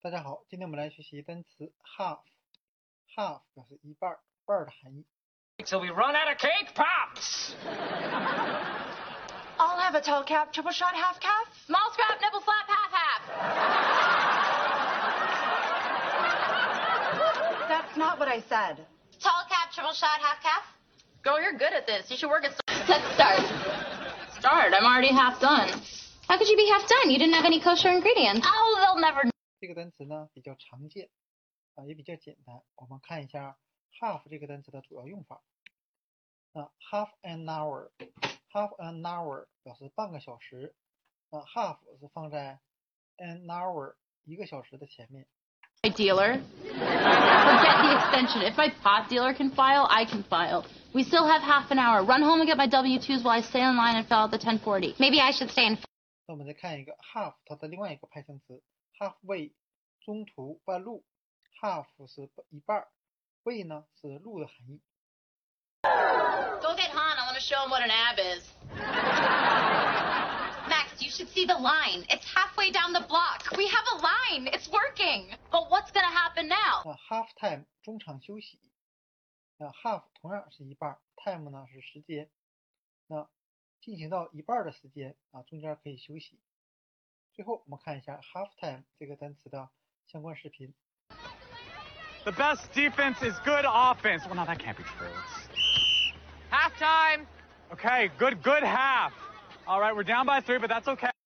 大家好，今天我们来学习单词 half。half 表示一半儿、半儿的含义。 till we run out of cake pops. I'll have a tall cap, triple shot, half calf. Small scrap, nipple slap, half half. That's not what I said. Tall cap, triple shot, half calf. Girl, you're good at this. You should work at. Let's start. Start. I'm already half done. How could you be half done? You didn't have any kosher ingredients. Oh, they'll never. 这个单词呢比较常见，啊也比较简单。我们看一下 half 这个单词的主要用法。啊，half an hour，half an hour 表示半个小时。啊，half 是放在 an hour 一个小时的前面。 my dealer. Forget the extension. If my pot dealer can file, I can file. We still have half an hour. Run home and get my W-2s while I stay online and fill out the 1040. Maybe I should stay in. 那我们再看一个 half 它的另外一个派生词 halfway，中途、半路。half 是一半儿，way 呢是路的含义。 Go get Han. I want to show him what an ab is. Max, you should see the line. It's halfway down the block. We have a line. It's working. But what's gonna happen now? 那 half time 中场休息，那 half 同样是一半儿，time 呢是时间，那进行到一半儿的时间啊，中间可以休息。最后我们看一下 half time 这个单词的相关视频。 The best defense is good offense. Well, no, that can't be true. It's- Halftime. Okay, good, good half. All right, we're down by three, but that's okay.